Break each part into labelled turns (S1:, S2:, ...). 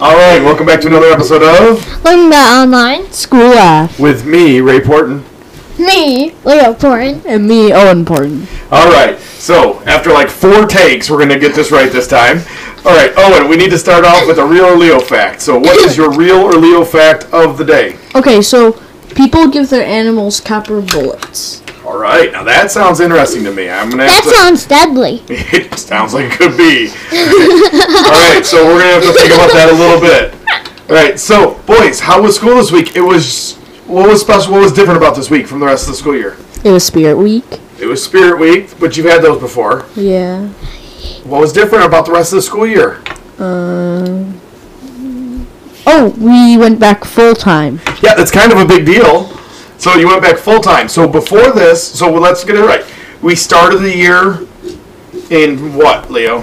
S1: All right, welcome back to another episode of
S2: Welcome back online.
S3: School laugh.
S1: with me, Ray Porton.
S2: Me, Leo Porn.
S3: And me, oh, Owen Porton.
S1: All right, so after like four takes, we're gonna get this right this time. All right, Owen, we need to start off with a real or Leo fact. So, what is your real or Leo fact of the day?
S3: Okay, so people give their animals copper bullets.
S1: All right, now that sounds interesting to me. I'm gonna. Have
S2: That
S1: to,
S2: sounds deadly.
S1: it sounds like it could be. All right, so we're gonna have to think about that a little bit. All right, so boys, how was school this week? It was. What was special? What was different about this week from the rest of the school year?
S3: It was Spirit Week.
S1: It was Spirit Week, but you've had those before.
S3: Yeah.
S1: What was different about the rest of the school year?
S3: Um. Oh, we went back full time.
S1: Yeah, that's kind of a big deal. So you went back full time. So before this, so let's get it right. We started the year in what, Leo?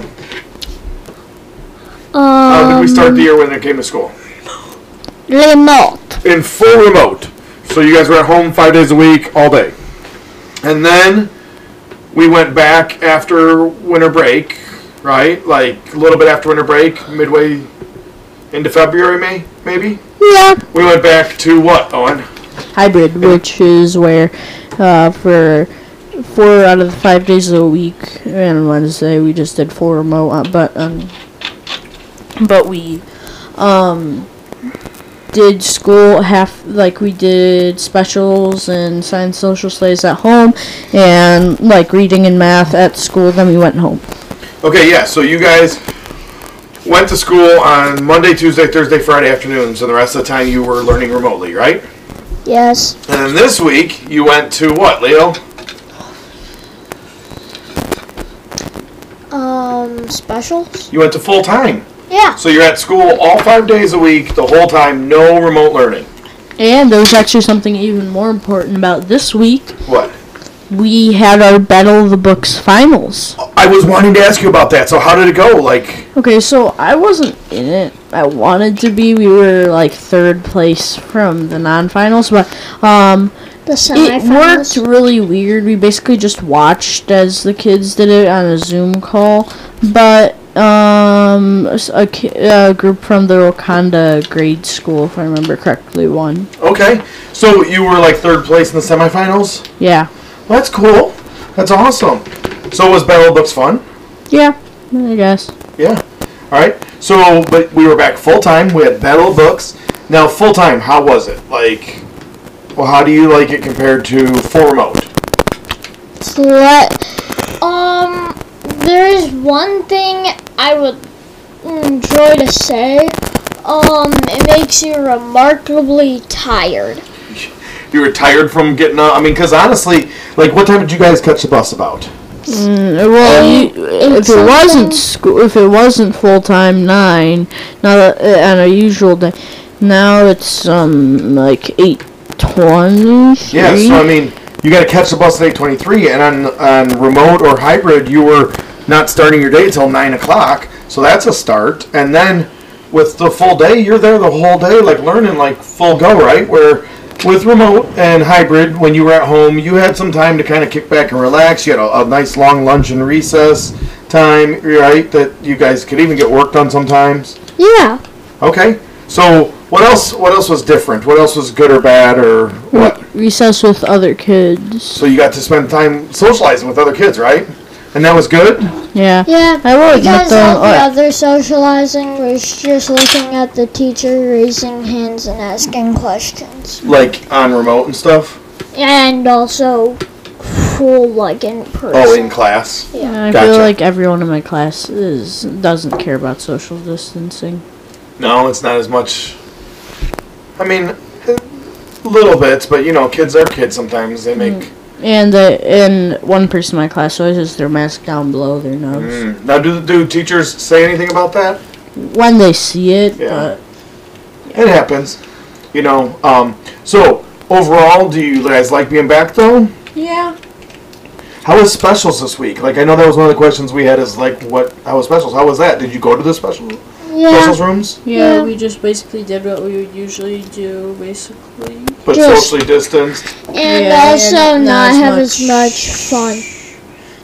S1: How did we
S2: Um,
S1: start the year when it came to school?
S2: Le Mort.
S1: In full remote. So you guys were at home five days a week, all day. And then we went back after winter break, right? Like a little bit after winter break, midway into February, May, maybe?
S2: Yeah.
S1: We went back to what, Owen?
S3: Hybrid, which is where, uh, for four out of the five days of the week and Wednesday we just did four remote, uh, but um, but we, um, did school half like we did specials and science social studies at home and like reading and math at school. Then we went home.
S1: Okay, yeah. So you guys went to school on Monday, Tuesday, Thursday, Friday afternoons, and the rest of the time you were learning remotely, right?
S2: Yes.
S1: And then this week you went to what, Leo?
S2: Um, specials?
S1: You went to full time.
S2: Yeah.
S1: So you're at school all five days a week, the whole time, no remote learning.
S3: And there was actually something even more important about this week.
S1: What?
S3: We had our Battle of the Books finals.
S1: I was wanting to ask you about that. So how did it go? Like,
S3: Okay, so I wasn't in it. I wanted to be. We were like third place from the non-finals, but um,
S2: The
S3: it worked
S2: semifinals.
S3: really weird. We basically just watched as the kids did it on a Zoom call, but um, s- a, ki- a group from the Wakanda grade school, if I remember correctly, won.
S1: okay. So you were like third place in the semifinals.
S3: Yeah,
S1: Well, that's cool. That's awesome. So was Battle of Books fun?
S3: yeah, I guess.
S1: Yeah. All right. So, but we were back full time. We had Battle of Books. Now, full time, how was it? Like, well, how do you like it compared to full remote?
S2: Slut. Um, there is one thing I would enjoy to say. Um, it makes you remarkably tired.
S1: You were tired from getting up. I mean, because honestly, like, what time did you guys catch the bus about?
S3: Mm, well,
S2: Eight-
S3: you,
S2: eight
S3: if it
S2: something?
S3: wasn't school, if it wasn't full time nine, now that, uh, on a usual day, now it's um like eight twenty three.
S1: Yeah. So I mean, you got to catch the bus at eight twenty-three, and on on remote or hybrid, you were not starting your day till nine o'clock. So that's a start, and then with the full day, you're there the whole day, like learning, like full go, right? Where with remote and hybrid, when you were at home, you had some time to kind of kick back and relax. You had a, a nice long lunch and recess time, right? That you guys could even get work done sometimes.
S2: Yeah.
S1: Okay. So what else? What else was different? What else was good or bad or what?
S3: recess with other kids.
S1: So you got to spend time socializing with other kids, right? And that was good.
S3: Yeah.
S2: Yeah.
S3: I would, but
S2: Because
S3: the,
S2: all the
S3: uh,
S2: other socializing was just looking at the teacher, raising hands, and asking questions.
S1: Like on remote and stuff.
S2: And also, cool, like in person.
S1: Oh, in class.
S3: I
S1: Gotcha.
S3: feel like everyone in my class is doesn't care about social distancing.
S1: No, it's not as much. I mean, eh, little bits, but you know, kids are kids. Sometimes they make.
S3: And the and one person in my class always has their mask down below their nose
S1: Mm. Now, do do teachers say anything about that?
S3: when they see it.
S1: Mm. Yeah.
S3: But
S1: It happens. You know. Um. So overall, do you guys like being back though?
S3: yeah.
S1: How was specials this week? Like, I know that was one of the questions we had. Is like, what? How was specials? How was that? Did you go to the special specials
S2: Yeah.
S1: rooms?
S3: Yeah,
S2: Yeah.
S3: we just basically did what we would usually do, basically.
S1: But
S2: Yes.
S1: socially distanced.
S2: And
S3: Yeah,
S2: also
S3: and
S2: not
S3: as
S2: have
S3: much-
S2: as much fun.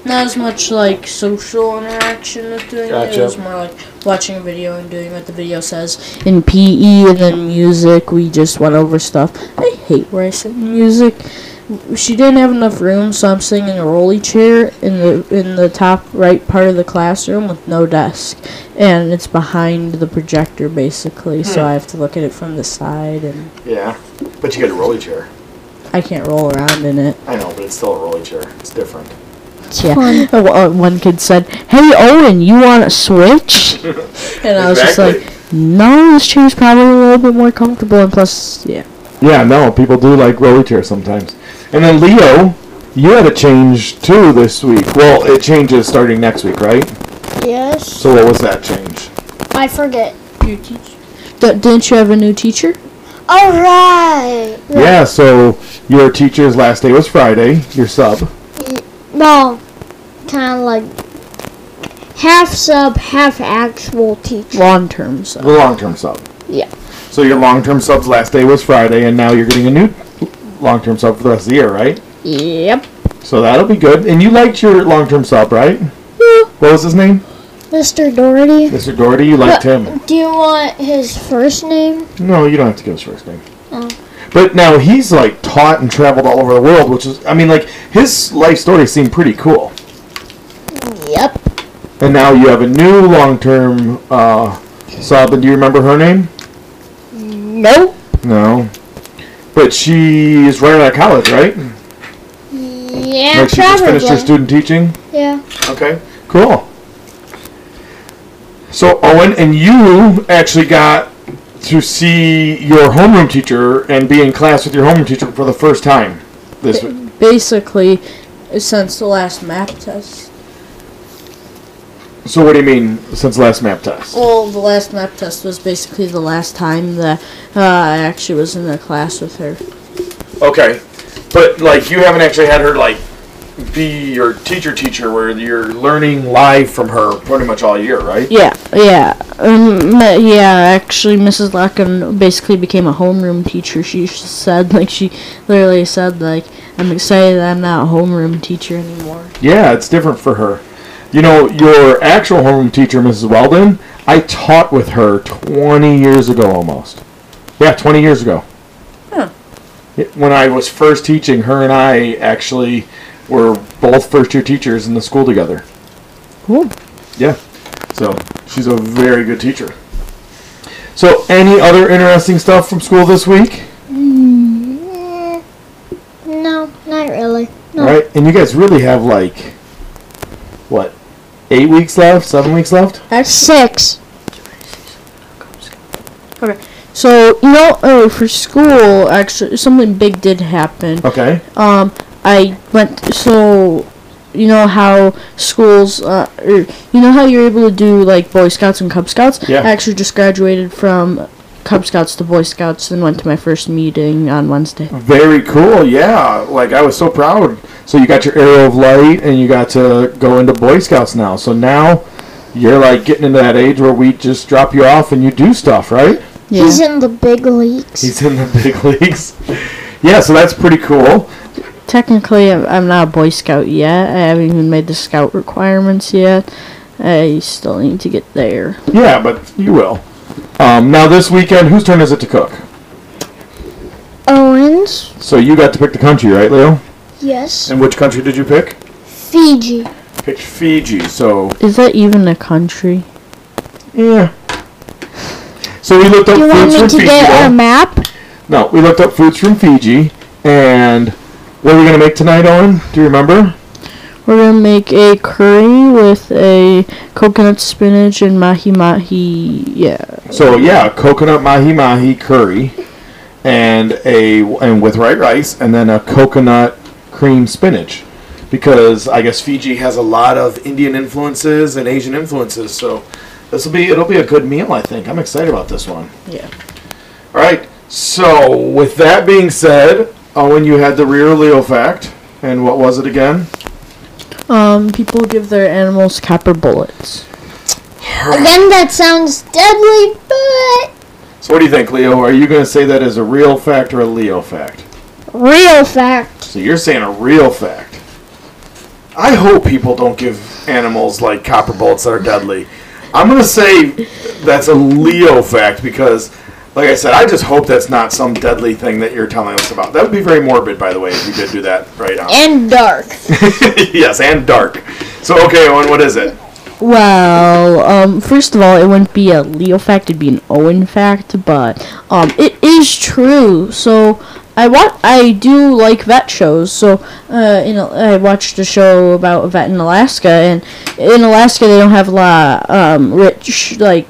S3: not as much like social interaction with doing it.
S1: Gotcha.
S3: It was more like watching a video and doing what the video says. In PE and then music, we just went over stuff. I hate where I sit in music. She didn't have enough room, so I'm sitting in a rolly chair in the in the top right part of the classroom with no desk, and it's behind the projector basically. So I have to look at it from the side, and
S1: Yeah. But you get a rolly chair.
S3: I can't roll around in it.
S1: I know, but it's still a rolly chair. It's different.
S3: Yeah. Uh, well, uh, One kid said, "Hey Owen, you want a switch?" and I was just
S1: Exactly.
S3: like, "No, this chair's probably a little bit more comfortable." And plus, yeah,
S1: Yeah, no, people do like rolly chairs sometimes. And then Leo, you had a change too this week. Well, it changes starting next week, right?
S2: Yes.
S1: So what was that change?
S2: I forget.
S3: your teacher. didn't you have a new teacher?
S2: All right.
S1: Yeah, so your teacher's last day was Friday, your sub.
S2: Well, kind of like half sub, half actual teacher.
S3: Long term, so
S1: The long term sub.
S2: Yeah.
S1: So your long term sub's last day was Friday, and now you're getting a new long term sub for the rest of the year, right?
S2: Yep.
S1: So that'll be good. And you liked your long term sub, right?
S2: Yeah.
S1: What was his name?
S2: Mr. Doherty.
S1: Mr. Doherty, you liked him.
S2: Do you want his first name?
S1: No, you don't have to give his first name.
S2: Oh.
S1: But now he's like taught and traveled all over the world, which is, I mean, like his life story seemed pretty cool.
S2: Yep.
S1: And now you have a new long term uh, sub, and do you remember her name?
S2: Nope.
S1: No. But she is right out of college, right?
S2: Yeah,
S1: like she just
S2: probably.
S1: finished her student teaching.
S2: yeah.
S1: Okay. Cool. So Owen and you actually got to see your homeroom teacher and be in class with your homeroom teacher for the first time this week.
S3: basically, since the last map test.
S1: So what do you mean since last map test?
S3: Well, the last map test was basically the last time that uh, I actually was in a class with her.
S1: Okay, but like you haven't actually had her like be your teacher teacher where you're learning live from her pretty much all year, right?
S3: Yeah, yeah, um, uh, yeah. Actually, Mrs. Locken basically became a homeroom teacher. She sh- said, like, she literally said, like, I'm excited that I'm not a homeroom teacher anymore.
S1: Yeah, it's different for her. You know, your actual home teacher, Mrs. Weldon, I taught with her 20 years ago almost. Yeah, 20 years ago.
S3: Huh.
S1: Yeah, When I was first teaching, her and I actually were both first year teachers in the school together.
S3: Cool.
S1: Yeah. So she's a very good teacher. So, any other interesting stuff from school this week?
S2: Mm, no, not really. No.
S1: All right. And you guys really have like, what, eight weeks left? Seven weeks left?
S2: Six.
S3: So you know, uh, for school, actually, something big did happen.
S1: Okay.
S3: Um, I went so. You know how schools, uh, or you know how you're able to do like Boy Scouts and Cub Scouts.
S1: Yeah.
S3: I actually just graduated from Cub Scouts to Boy Scouts and went to my first meeting on Wednesday.
S1: Very cool, yeah. Like I was so proud. So you got your arrow of light, and you got to go into Boy Scouts now. So now you're like getting into that age where we just drop you off and you do stuff, right?
S3: Yeah.
S2: He's in the big leagues.
S1: He's in the big leagues. yeah, so that's pretty cool.
S3: Technically, I'm, I'm not a Boy Scout yet. I haven't even made the Scout requirements yet. I still need to get there.
S1: Yeah, but you will. Um, now this weekend, whose turn is it to cook?
S2: Owens.
S1: So you got to pick the country, right, Leo?
S2: Yes.
S1: And which country did you pick?
S2: Fiji.
S1: Picked Fiji. So
S3: Is that even a country?
S1: yeah. So we looked up
S2: Do you want
S1: foods
S2: me
S1: from
S2: to
S1: Fiji.
S2: get um,
S1: though.
S2: a map?
S1: No, we looked up foods from Fiji, and what are we gonna make tonight, Owen? Do you remember?
S3: We're gonna make a curry with a coconut spinach and mahi mahi. Yeah,
S1: So yeah, coconut mahi mahi curry, and a and with white rice, and then a coconut cream spinach, because I guess Fiji has a lot of Indian influences and Asian influences. So this will be it'll be a good meal. I think I'm excited about this one.
S3: yeah.
S1: All right. So with that being said, Owen, you had the rear Leo fact, and what was it again?
S3: Um, people give their animals copper bullets.
S2: Again, that sounds deadly, but
S1: So what do you think, Leo? Are you going to say that is a real fact or a Leo fact?
S2: real fact.
S1: So you're saying a real fact. I hope people don't give animals like copper bullets that are deadly. I'm gonna say that's a Leo fact because, like I said, I just hope that's not some deadly thing that you're telling us about. That would be very morbid, by the way, if you did do that right now.
S2: And dark.
S1: yes, and dark. So okay, Owen, what is it?
S3: Well, um, first of all, it wouldn't be a Leo fact; it'd be an Owen fact. But um, it is true. So I wa- I do like vet shows. So uh, you know, I watched a show about a vet in Alaska, and in Alaska they don't have a lot um, rich like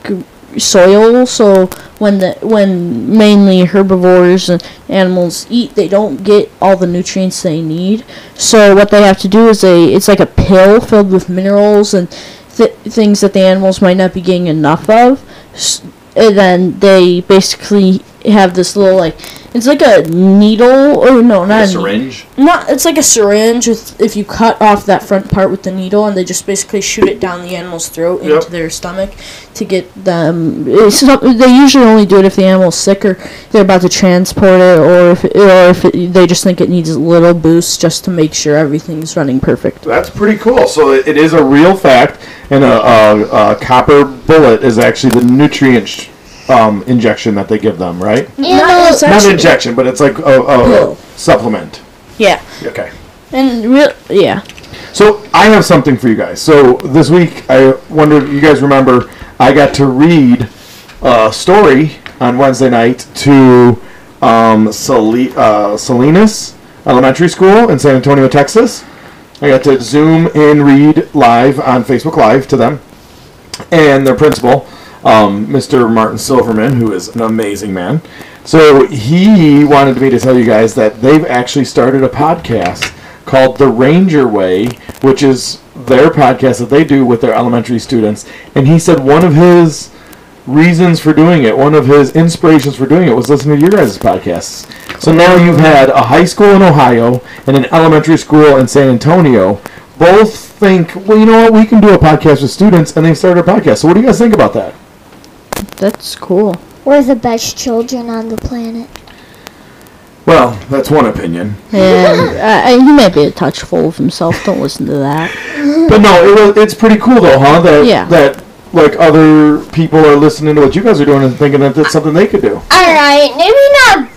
S3: soil. So when the when mainly herbivores and animals eat, they don't get all the nutrients they need. So what they have to do is they it's like a pill filled with minerals and th- things that the animals might not be getting enough of. S- And then they basically have this little like it's like a needle or no not a, needle not it's like a syringe with if you cut off that front part with the needle and they just basically shoot it down the animal's throat into
S1: Yep.
S3: their stomach to get them it's not, they usually only do it if the animal's sick or they're about to transport it or if or if it, they just think it needs a little boost just to make sure everything's running perfect
S1: That's pretty cool. So it it is a real fact, and a, a, a copper bullet is actually the nutrient sh- um, injection that they give them, right?
S2: And
S3: it's
S2: a,
S1: Not an
S3: actually-
S1: injection, but it's like a, a,
S3: Pill.
S1: a supplement.
S3: yeah
S1: Okay.
S3: and real yeah
S1: So I have something for you guys. So this week, I wonder you guys remember I got to read a story on Wednesday night to um, Sali- uh, Salinas Elementary School in San Antonio, Texas. I got to zoom and read live on Facebook Live to them and their principal, um, Mr. Martin Silverman, who is an amazing man. So he wanted me to tell you guys that they've actually started a podcast called The Ranger Way, which is their podcast that they do with their elementary students. And he said one of his reasons for doing it, one of his inspirations for doing it, was listening to your guys' podcasts. So now you've had a high school in Ohio and an elementary school in San Antonio both think, well, you know what, we can do a podcast with students, and they started a podcast. So what do you guys think about that?
S3: that's cool
S2: we're the best children on the planet.
S1: Well, that's one opinion.
S3: and uh, and he might be a touch full of himself don't listen to that
S1: But no, it was, it's pretty cool though, huh? That
S3: Yeah.
S1: that like other people are listening to what you guys are doing and thinking that that's something they could do.
S2: Alright, maybe not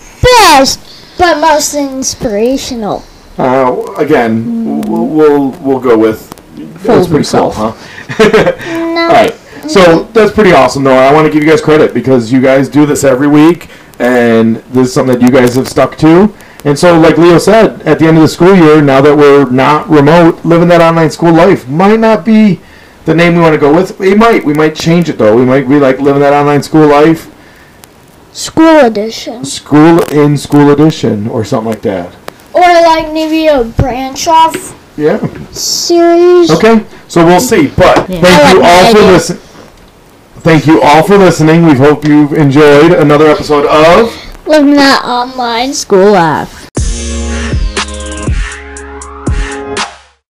S2: best, but most inspirational.
S1: Uh, again, we'll, we'll we'll go with.
S3: Full
S1: That's
S3: of
S1: pretty cool,
S3: himself.
S1: huh?
S2: No.
S1: All right. So that's pretty awesome, though. I want to give you guys credit because you guys do this every week, and this is something that you guys have stuck to. And so, like Leo said, at the end of the school year, now that we're not remote, living that online school life might not be the name we want to go with. We might. We might change it, though. We might be like living that online school life,
S2: School edition.
S1: school in school edition, or something like that.
S2: Or like maybe a branch off
S1: Yeah.
S2: series.
S1: Okay, so we'll see. But
S3: Yeah.
S1: thank
S2: I
S1: you
S2: like
S1: all
S2: the
S1: for
S2: idea.
S1: listening. Thank you all for listening. We hope you've enjoyed another episode of.
S2: Living that online.
S3: school life